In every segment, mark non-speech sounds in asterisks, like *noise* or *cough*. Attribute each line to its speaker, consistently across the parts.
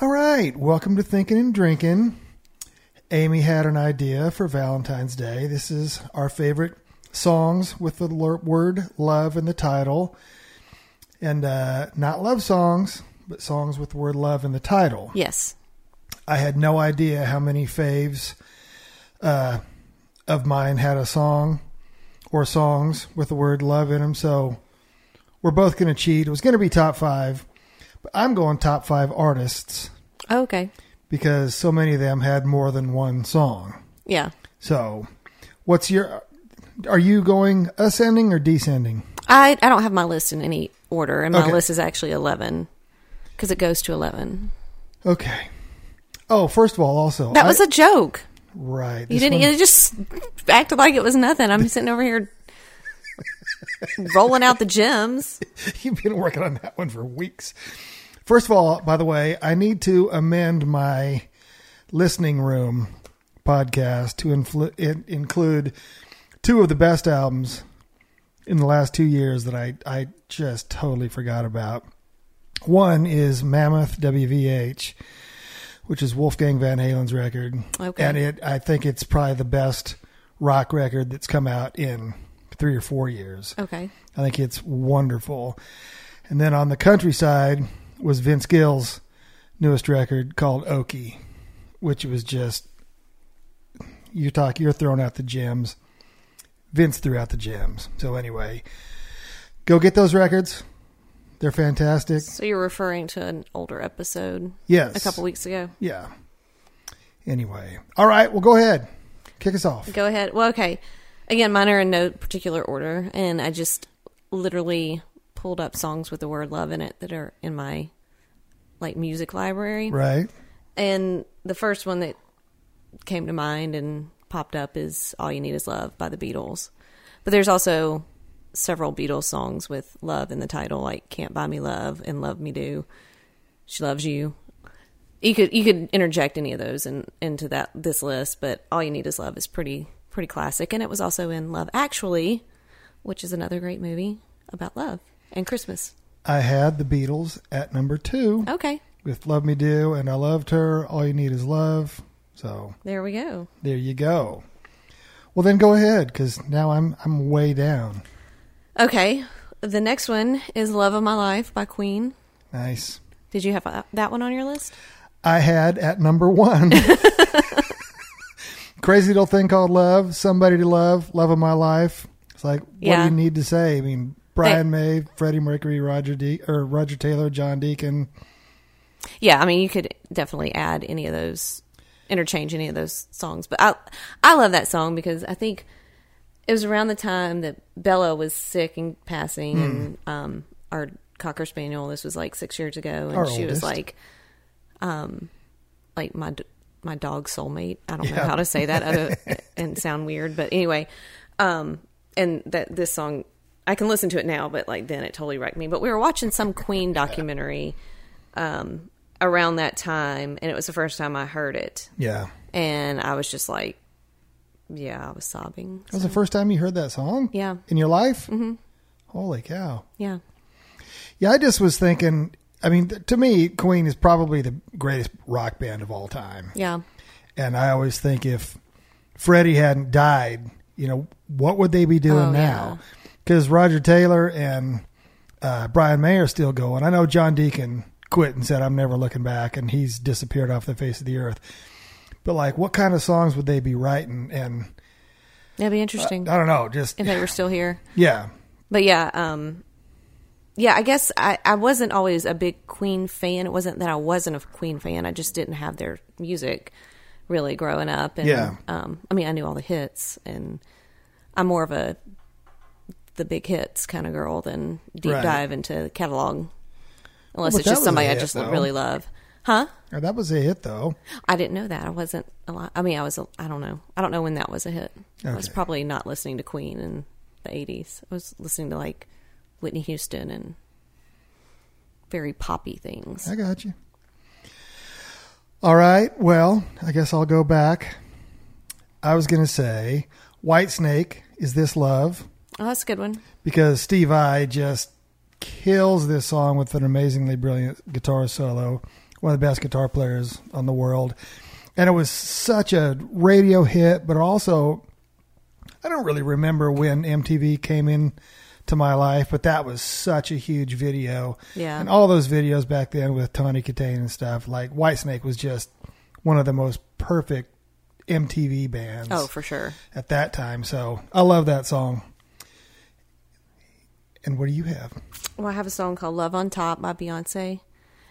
Speaker 1: All right, welcome to Thinking and Drinking. Amy had an idea for Valentine's Day. This is our favorite songs with the l- word love in the title. And uh, not love songs, but songs with the word love in the title.
Speaker 2: Yes.
Speaker 1: I had no idea how many faves uh, of mine had a song or songs with the word love in them. So we're both going to cheat. It was going to be top five, but I'm going top five artists
Speaker 2: Oh, okay.
Speaker 1: because so many of them had more than one song.
Speaker 2: Yeah.
Speaker 1: So what's your. Are you going ascending or descending?
Speaker 2: I, I don't have my list in any order, and my
Speaker 1: Okay.
Speaker 2: list is actually 11 because it goes to 11.
Speaker 1: Okay. Oh, first of all, also
Speaker 2: That
Speaker 1: I-
Speaker 2: was a joke.
Speaker 1: right.
Speaker 2: You
Speaker 1: this
Speaker 2: didn't,
Speaker 1: one-
Speaker 2: you just acted like it was nothing. I'm sitting
Speaker 1: *laughs*
Speaker 2: over here rolling out the gems.
Speaker 1: *laughs* You've been working on that one for weeks. First of all, by the way, I need to amend my listening room podcast to influ- in- include two of the best albums in the last two years that I, I just totally forgot about. One is Mammoth WVH, which is Wolfgang Van Halen's record.
Speaker 2: Okay.
Speaker 1: And it I think it's probably the best rock record that's come out in three or four years.
Speaker 2: Okay.
Speaker 1: I think it's wonderful. And then on the countryside was Vince Gill's newest record called Okie, which was just you talk you're throwing out the gems. Vince threw out the gems. So anyway, go get those records. They're fantastic.
Speaker 2: So you're referring to an older episode
Speaker 1: Yes.
Speaker 2: a couple weeks ago.
Speaker 1: Yeah. Anyway. All right, well go ahead. Kick us off.
Speaker 2: Go ahead. Well, okay. Again, mine are in no particular order, and I just literally pulled up songs with the word love in it that are in my like music library.
Speaker 1: Right?
Speaker 2: And the first one that came to mind and popped up is All You Need Is Love by the Beatles. But there's also several Beatles songs with love in the title, like Can't Buy Me Love and Love Me Do. She loves you. You could you could interject any of those in, into that this list, but All You Need Is Love is pretty pretty classic and it was also in Love Actually, which is another great movie about love and Christmas.
Speaker 1: I had the Beatles at number 2
Speaker 2: Okay.
Speaker 1: with Love Me Do and I Loved Her, All You Need Is Love. So
Speaker 2: There we go.
Speaker 1: there you go. Well, then go ahead because now I'm I'm way down.
Speaker 2: Okay. The next one is Love of My Life by Queen.
Speaker 1: Nice.
Speaker 2: Did you have uh, that one on your list?
Speaker 1: I had at number
Speaker 2: *laughs*
Speaker 1: one. Crazy little thing called love, somebody to love, love of my life. It's like, what
Speaker 2: Yeah.
Speaker 1: do you need to say? I mean, Brian May, Freddie Mercury, Roger De- or Roger Taylor, John Deacon.
Speaker 2: Yeah, I mean, you could definitely add any of those, interchange any of those songs. But I, I love that song because I think it was around the time that Bella was sick and passing, and
Speaker 1: Hmm.
Speaker 2: um, our cocker spaniel. This was like six years ago, and
Speaker 1: Our
Speaker 2: she
Speaker 1: oldest.
Speaker 2: was like, um, like my d- my dog soulmate. I don't know
Speaker 1: Yeah.
Speaker 2: how to say
Speaker 1: *laughs*
Speaker 2: that other and sound weird, but anyway, um, and that this song. I can listen to it now, but like then it totally wrecked me. But we were watching some Queen documentary um, around that time, and it was the first time I heard it,
Speaker 1: Yeah.
Speaker 2: and I was just like, yeah, I was sobbing.
Speaker 1: That was the first time you heard that song?
Speaker 2: Yeah.
Speaker 1: In your life? Mm-hmm. Holy cow.
Speaker 2: Yeah,
Speaker 1: Yeah, I just was thinking, I mean, th- to me, Queen is probably the greatest rock band of all time.
Speaker 2: yeah,
Speaker 1: And I always think if Freddie hadn't died, you know, what would they be doing
Speaker 2: Oh,
Speaker 1: now? Because Roger Taylor and uh, Brian May are still going. I know John Deacon quit and said, I'm never looking back, and he's disappeared off the face of the earth. But, like, what kind of songs would they be writing? And
Speaker 2: that'd be interesting
Speaker 1: I don't know, just,
Speaker 2: if they were still here.
Speaker 1: yeah.
Speaker 2: But yeah, um, yeah, I guess I, I wasn't always a big Queen fan. It wasn't that I wasn't a Queen fan. I just didn't have their music really growing up. And,
Speaker 1: Yeah.
Speaker 2: Um, I mean, I knew all the hits, and I'm more of a the big hits kind of girl than deep
Speaker 1: Right.
Speaker 2: dive into the catalog. Unless
Speaker 1: but that
Speaker 2: it's just
Speaker 1: was
Speaker 2: somebody
Speaker 1: a
Speaker 2: I
Speaker 1: hit,
Speaker 2: just
Speaker 1: though.
Speaker 2: really love. Huh?
Speaker 1: Now, That was a hit, though.
Speaker 2: I didn't know that. I wasn't a lot. I mean, I was. A, I don't know. I don't know when that was a hit. I was
Speaker 1: Okay.
Speaker 2: probably not listening to Queen in the '80s. I was listening to like Whitney Houston and very poppy things.
Speaker 1: I got you. All right. Well, I guess I'll go back. I was going to say White Snake is this love
Speaker 2: Oh, that's a good one.
Speaker 1: because Steve I just kills this song with an amazingly brilliant guitar solo one of the best guitar players on the world. And it was such a radio hit, but also I don't really remember when MTV came in to my life, but that was such a huge video.
Speaker 2: Yeah.
Speaker 1: And all those videos back then with Tawny Katane and stuff, like Whitesnake was just one of the most perfect MTV bands
Speaker 2: Oh, for sure.
Speaker 1: at that time. So I love that song. And what do you have?
Speaker 2: Well, I have a song called Love on Top by Beyonce.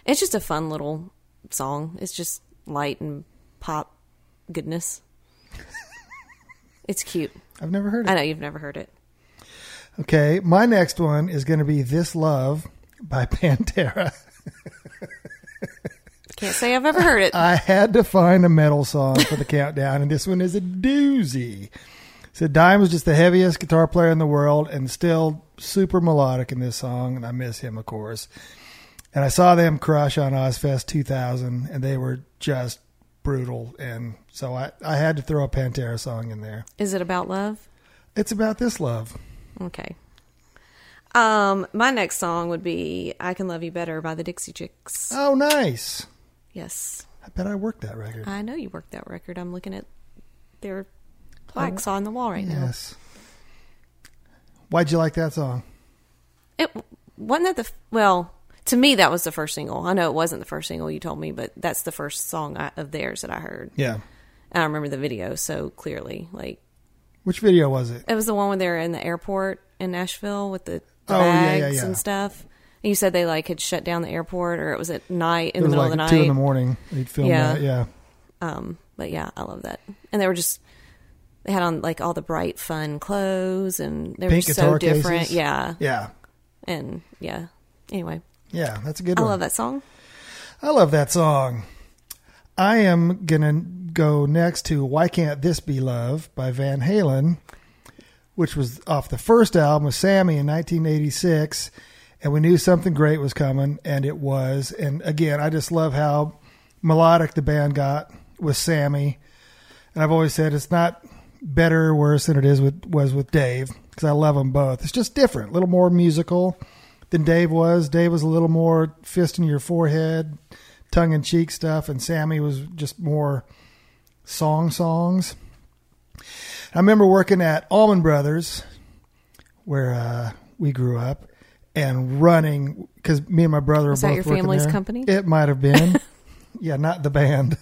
Speaker 2: It's just a fun little song. It's just light and pop goodness. it's cute.
Speaker 1: I've never heard
Speaker 2: I
Speaker 1: it.
Speaker 2: know you've never heard it.
Speaker 1: Okay, my next one is going to be This Love by *laughs* Pantera.
Speaker 2: Can't say I've ever heard it.
Speaker 1: I had to find a metal song for the countdown, and this one is a doozy. So Dime was just the heaviest guitar player in the world, and still super melodic in this song, and I miss him, of course. And I saw them crush on Ozfest 2000, and they were just brutal, and so I, I had to throw a Pantera song in there.
Speaker 2: Is it about love?
Speaker 1: It's about this love.
Speaker 2: Okay. Um, my next song would be I Can Love You Better by the Dixie Chicks.
Speaker 1: Oh, nice.
Speaker 2: Yes.
Speaker 1: I bet I worked that record.
Speaker 2: I know you worked that record. I'm looking at their plaques on the wall right now.
Speaker 1: Yes. Why'd you like that song?
Speaker 2: It wasn't that the f- well to me that was the first single. I know it wasn't the first single you told me, but that's the first song I, of theirs that I heard,
Speaker 1: Yeah.
Speaker 2: and I remember the video so clearly. Like
Speaker 1: Which video was it?
Speaker 2: it was the one where they were in the airport in Nashville with the, the
Speaker 1: Oh, yeah,
Speaker 2: bags
Speaker 1: yeah, yeah.
Speaker 2: and stuff. And you said they like had shut down the airport, or it was at night
Speaker 1: it
Speaker 2: in the
Speaker 1: was
Speaker 2: middle
Speaker 1: like
Speaker 2: of the night.
Speaker 1: two in the morning. They'd film
Speaker 2: Yeah.
Speaker 1: that. Yeah.
Speaker 2: Um, but yeah, I love that. And they were just they had on like all the bright, fun clothes, and they were
Speaker 1: Pink
Speaker 2: just so
Speaker 1: guitar
Speaker 2: different.
Speaker 1: cases?
Speaker 2: Yeah,
Speaker 1: Yeah.
Speaker 2: and yeah. Anyway,
Speaker 1: Yeah. That's a good
Speaker 2: I
Speaker 1: one.
Speaker 2: love that song.
Speaker 1: I love that song. I am going to go next to Why Can't This Be Love by Van Halen, which was off the first album with Sammy in 1986. And we knew something great was coming, and it was. And again, I just love how melodic the band got with Sammy. And I've always said it's not better or worse than it is with was with Dave because I love them both. It's just different, a little more musical than Dave was. Dave was a little more fist in your forehead, tongue in cheek stuff, and Sammy was just more song songs. I remember working at Allman Brothers where uh, we grew up and running because me and my brother
Speaker 2: Was
Speaker 1: were
Speaker 2: that
Speaker 1: both
Speaker 2: your
Speaker 1: working
Speaker 2: family's
Speaker 1: there.
Speaker 2: company?
Speaker 1: It might have
Speaker 2: *laughs*
Speaker 1: been. yeah, not the band.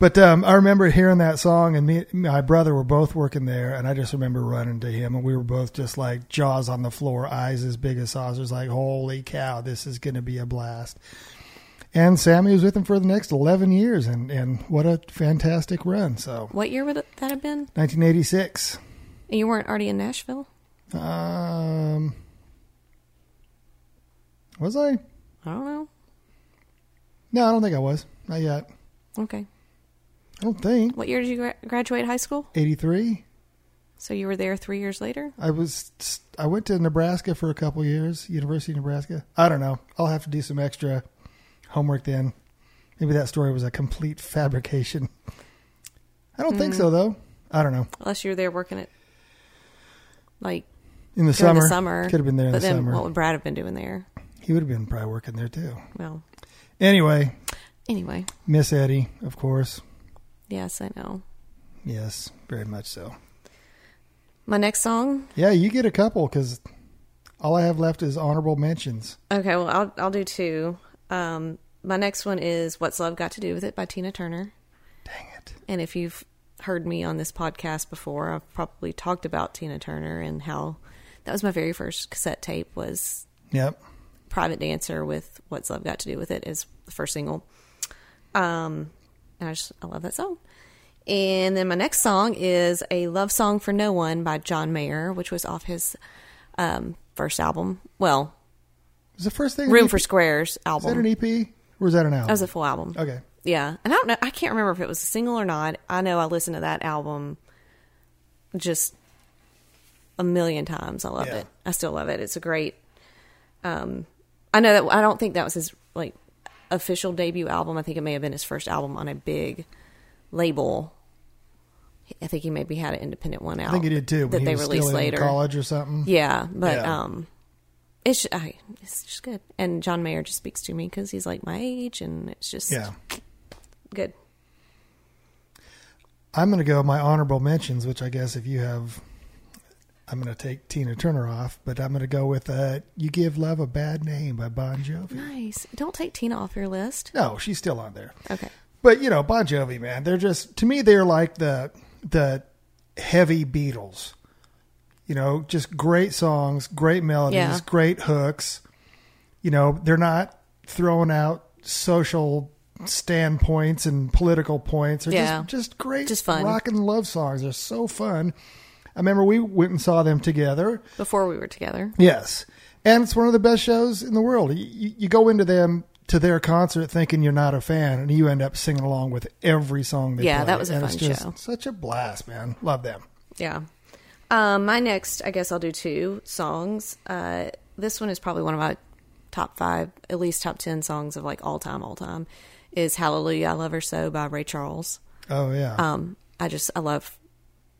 Speaker 1: But um, I remember hearing that song, and me, my brother were both working there, and I just remember running to him, and we were both just like jaws on the floor, eyes as big as saucers, like holy cow, this is going to be a blast. And Sammy was with him for the next eleven years, and and what a fantastic run! So
Speaker 2: What year would that have been?
Speaker 1: 1986,
Speaker 2: And you weren't already in Nashville?
Speaker 1: um, was I?
Speaker 2: I don't know.
Speaker 1: No, I don't think I was. Not yet.
Speaker 2: Okay.
Speaker 1: I don't think
Speaker 2: What year did you gra- graduate high school?
Speaker 1: 83.
Speaker 2: So you were there three years later?
Speaker 1: I was I went to Nebraska for a couple years, University of Nebraska. I don't know. I'll have to do some extra homework then. Maybe that story was a complete fabrication. I don't think
Speaker 2: Hmm.
Speaker 1: so though. I don't know.
Speaker 2: Unless you were there working at, like,
Speaker 1: In the
Speaker 2: during
Speaker 1: summer,
Speaker 2: the summer.
Speaker 1: could have been there in
Speaker 2: but
Speaker 1: the
Speaker 2: then
Speaker 1: summer.
Speaker 2: what would Brad have been doing there?
Speaker 1: he would have been probably working there too.
Speaker 2: Well,
Speaker 1: Anyway,
Speaker 2: anyway.
Speaker 1: Miss Eddie, of course.
Speaker 2: Yes, I know.
Speaker 1: Yes, very much so.
Speaker 2: My next song?
Speaker 1: Yeah, you get a couple because all I have left is honorable mentions.
Speaker 2: Okay, well, I'll, I'll do two. Um, my next one is What's Love Got to Do with It by Tina Turner.
Speaker 1: Dang it!
Speaker 2: And if you've heard me on this podcast before, I've probably talked about Tina Turner and how that was my very first cassette tape was
Speaker 1: Yep.
Speaker 2: private dancer with what's love got to do with it is the first single um and i just i love that song and then my next song is a love song for no one by john mayer which was off his um first album well
Speaker 1: Was the first thing an
Speaker 2: room
Speaker 1: EP?
Speaker 2: for squares
Speaker 1: Is that
Speaker 2: album
Speaker 1: an
Speaker 2: that
Speaker 1: EP or was that an album?
Speaker 2: was a full album
Speaker 1: okay.
Speaker 2: yeah and i don't know i can't remember if it was a single or not i know i listened to that album just a million times i love
Speaker 1: Yeah.
Speaker 2: it i still love it it's a great um, I know that I don't think that was his like official debut album. I think it may have been his first album on a big label. I think he maybe had an independent one out.
Speaker 1: I think he did too. When
Speaker 2: that
Speaker 1: he
Speaker 2: they
Speaker 1: was
Speaker 2: released
Speaker 1: still in
Speaker 2: later.
Speaker 1: college or something.
Speaker 2: Yeah, but
Speaker 1: Yeah.
Speaker 2: um, it's just, I, it's just good. And John Mayer just speaks to me because he's like my age, and it's just
Speaker 1: Yeah.
Speaker 2: good.
Speaker 1: I'm going to go my honorable mentions, which I guess if you have, I'm going to take Tina Turner off, but I'm going to go with uh, "You Give Love a Bad Name" by Bon Jovi.
Speaker 2: Nice. Don't take Tina off your list.
Speaker 1: No, she's still on there.
Speaker 2: Okay.
Speaker 1: But you know, Bon Jovi, man, they're just to me they're like the the heavy Beatles. You know, just great songs, great melodies,
Speaker 2: Yeah.
Speaker 1: great hooks. You know, they're not throwing out social standpoints and political points. They're
Speaker 2: Yeah.
Speaker 1: just just great
Speaker 2: Just fun.
Speaker 1: rock and love songs. They're so fun. I remember we went and saw them together.
Speaker 2: Before we were together.
Speaker 1: Yes. And it's one of the best shows in the world. You- You, you go into them to their concert thinking you're not a fan, and you end up singing along with every song they play.
Speaker 2: Yeah, that was a
Speaker 1: and
Speaker 2: fun
Speaker 1: it's just
Speaker 2: show.
Speaker 1: Such a blast, man. Love them.
Speaker 2: Yeah. Um, my next, I guess I'll do two songs. Uh, this one is probably one of my top five, at least top 10 songs of like all time, all time is Hallelujah, I Love Her So by Ray Charles.
Speaker 1: Oh yeah,
Speaker 2: Um, I just, I love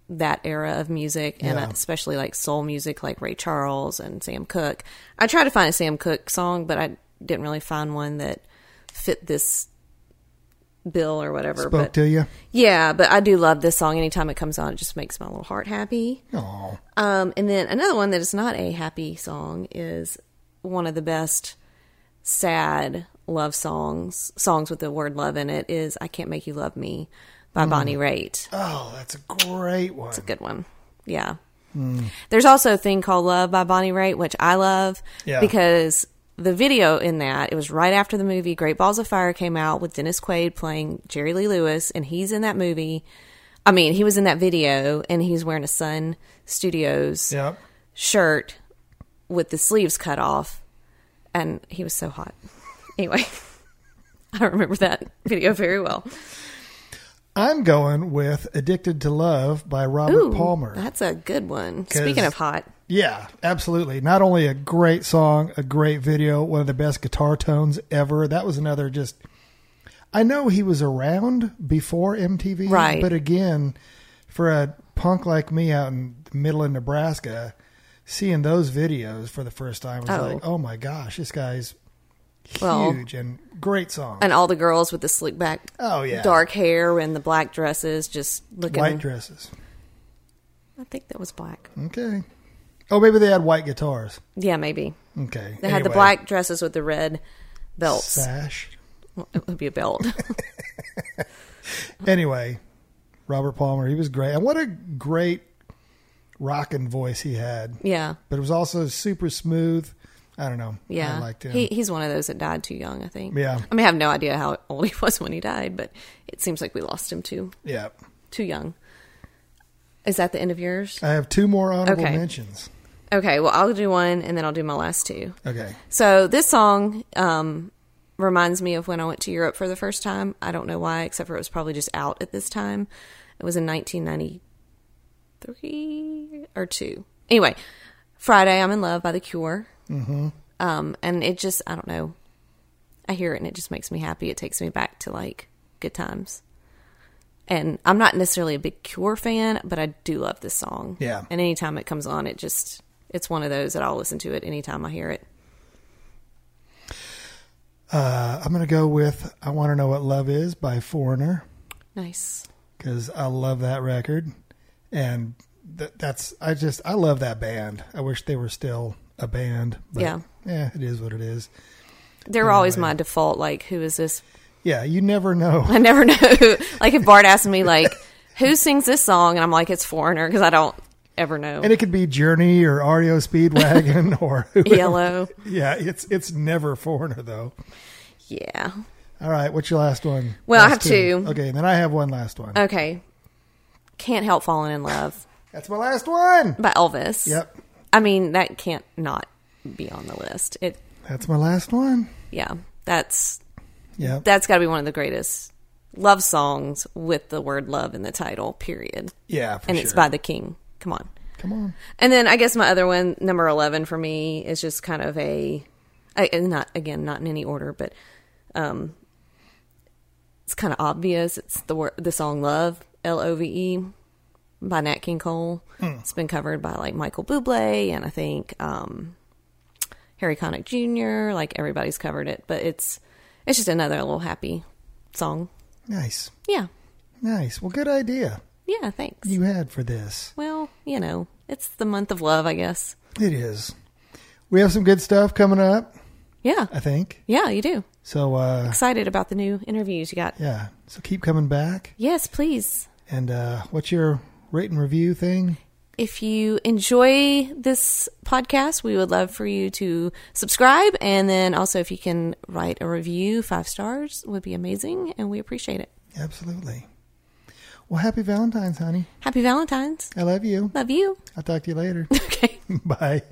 Speaker 2: that era of music and
Speaker 1: Yeah.
Speaker 2: especially like soul music, like Ray Charles and Sam Cooke. I tried to find a Sam Cooke song, but I didn't really find one that fit this bill or whatever.
Speaker 1: spoke
Speaker 2: but
Speaker 1: to you.
Speaker 2: yeah, but I do love this song. Anytime it comes on, it just makes my little heart happy.
Speaker 1: Oh,
Speaker 2: Um, and then another one that is not a happy song is one of the best sad love songs, songs with the word love in it is I Can't Make You Love Me by Bonnie Raitt.
Speaker 1: oh, that's a great one.
Speaker 2: Good one. Yeah.
Speaker 1: Hmm.
Speaker 2: There's also a thing called Love by Bonnie Raitt, which I love
Speaker 1: Yeah.
Speaker 2: because the video in that, it was right after the movie Great Balls of Fire came out with Dennis Quaid playing Jerry Lee Lewis, and he's in that movie. I mean, he was in that video and he's wearing a Sun Studios
Speaker 1: Yep.
Speaker 2: shirt with the sleeves cut off, and he was so hot. *laughs* Anyway, I remember that *laughs* video very well.
Speaker 1: I'm going with "Addicted to Love" by Robert
Speaker 2: Ooh,
Speaker 1: Palmer.
Speaker 2: That's a good one. Speaking of hot,
Speaker 1: Yeah, absolutely. Not only a great song, a great video, one of the best guitar tones ever. That was another just. I know he was around before MTV,
Speaker 2: Right.
Speaker 1: But again, for a punk like me out in the middle of Nebraska, seeing those videos for the first time was
Speaker 2: Oh.
Speaker 1: like, oh my gosh, this guy's
Speaker 2: Well-
Speaker 1: huge and great song.
Speaker 2: and all the girls with the slick back,
Speaker 1: Oh, yeah.
Speaker 2: dark hair and the black dresses, just looking.
Speaker 1: White dresses.
Speaker 2: I think that was black.
Speaker 1: Okay. Oh, maybe they had white guitars.
Speaker 2: Yeah, maybe
Speaker 1: Okay.
Speaker 2: they had the
Speaker 1: Anyway.
Speaker 2: black dresses with the red belts.
Speaker 1: sash.
Speaker 2: Well, it would be
Speaker 1: *laughs*
Speaker 2: a belt. *laughs*
Speaker 1: anyway, Robert Palmer, he was great. And what a great rocking voice he had.
Speaker 2: yeah,
Speaker 1: But it was also super smooth. I don't know.
Speaker 2: yeah.
Speaker 1: I liked him.
Speaker 2: He, he's one of those that died too young. I think.
Speaker 1: Yeah.
Speaker 2: I mean, I have no idea how old he *laughs* was when he died, but it seems like we lost him too
Speaker 1: yeah.
Speaker 2: too young. Is that the end of yours?
Speaker 1: I have two more honorable
Speaker 2: Okay.
Speaker 1: mentions.
Speaker 2: Okay, well, I'll do one and then I'll do my last two.
Speaker 1: Okay.
Speaker 2: So, this song um, reminds me of when I went to Europe for the first time. I don't know why, except for it was probably just out at this time. It was in 1993 or 2. Anyway, Friday, I'm in Love by The Cure. Mm-hmm. Um, and it just, I don't know. I hear it and it just makes me happy. It takes me back to like good times. And I'm not necessarily a big Cure fan, but I do love this song.
Speaker 1: Yeah.
Speaker 2: And anytime it comes on, it just it's one of those that I'll listen to it anytime I hear it.
Speaker 1: Uh, I'm going to go with I Want to Know What Love Is by Foreigner
Speaker 2: Nice.
Speaker 1: because I love that record. And th- that's, I just, I love that band. I wish they were still a band. But
Speaker 2: Yeah.
Speaker 1: Yeah, it is what it is.
Speaker 2: They're always my default. Like, who is this? *laughs*
Speaker 1: Yeah, you never know.
Speaker 2: I never know. who- like, if Bart asks
Speaker 1: *laughs*
Speaker 2: me, like, who sings this song, and I'm like, it's Foreigner because I don't ever know.
Speaker 1: And it could be Journey or REO Speedwagon *laughs* or whoever.
Speaker 2: *laughs* Yellow.
Speaker 1: Yeah, it's it's never foreigner though.
Speaker 2: Yeah.
Speaker 1: All right, what's your last one?
Speaker 2: Well, I
Speaker 1: Last
Speaker 2: have two. Uh,
Speaker 1: Okay, then I have one last one.
Speaker 2: Okay. Can't help falling in love
Speaker 1: That's my last one.
Speaker 2: by Elvis.
Speaker 1: Yep,
Speaker 2: I mean, that can't not be on the list. It.
Speaker 1: that's my last one.
Speaker 2: Yeah. That's
Speaker 1: Yep,
Speaker 2: that's got to be one of the greatest love songs with the word love in the title. Period.
Speaker 1: yeah, for
Speaker 2: and
Speaker 1: sure.
Speaker 2: it's by the King. Come on.
Speaker 1: Come on,
Speaker 2: And then I guess my other one, number eleven for me, is just kind of a, I, and not again, not in any order, but um, it's kind of obvious. It's the word, the song "Love" L O V E by Nat King Cole. It's been covered by like Michael Bublé and I think um, Harry Connick Jr. Like everybody's covered it, but it's it's just another little happy song.
Speaker 1: Nice.
Speaker 2: Yeah,
Speaker 1: Nice. Well, good idea
Speaker 2: yeah. Thanks.
Speaker 1: you had for this.
Speaker 2: Well, you know, it's the month of love, I guess.
Speaker 1: It is. We have some good stuff coming up,
Speaker 2: Yeah,
Speaker 1: I think.
Speaker 2: yeah, you do.
Speaker 1: So, uh,
Speaker 2: Excited about the new interviews you got.
Speaker 1: yeah. So keep coming back.
Speaker 2: Yes, please.
Speaker 1: And uh, what's your rate and review thing?
Speaker 2: If you enjoy this podcast, we would love for you to subscribe. And then also, if you can write a review, five stars would be amazing. And we appreciate it.
Speaker 1: Absolutely. Well, happy Valentine's, honey.
Speaker 2: Happy Valentine's.
Speaker 1: I love you.
Speaker 2: Love you. *laughs*
Speaker 1: I'll talk to you later. *laughs*
Speaker 2: Okay.
Speaker 1: Bye.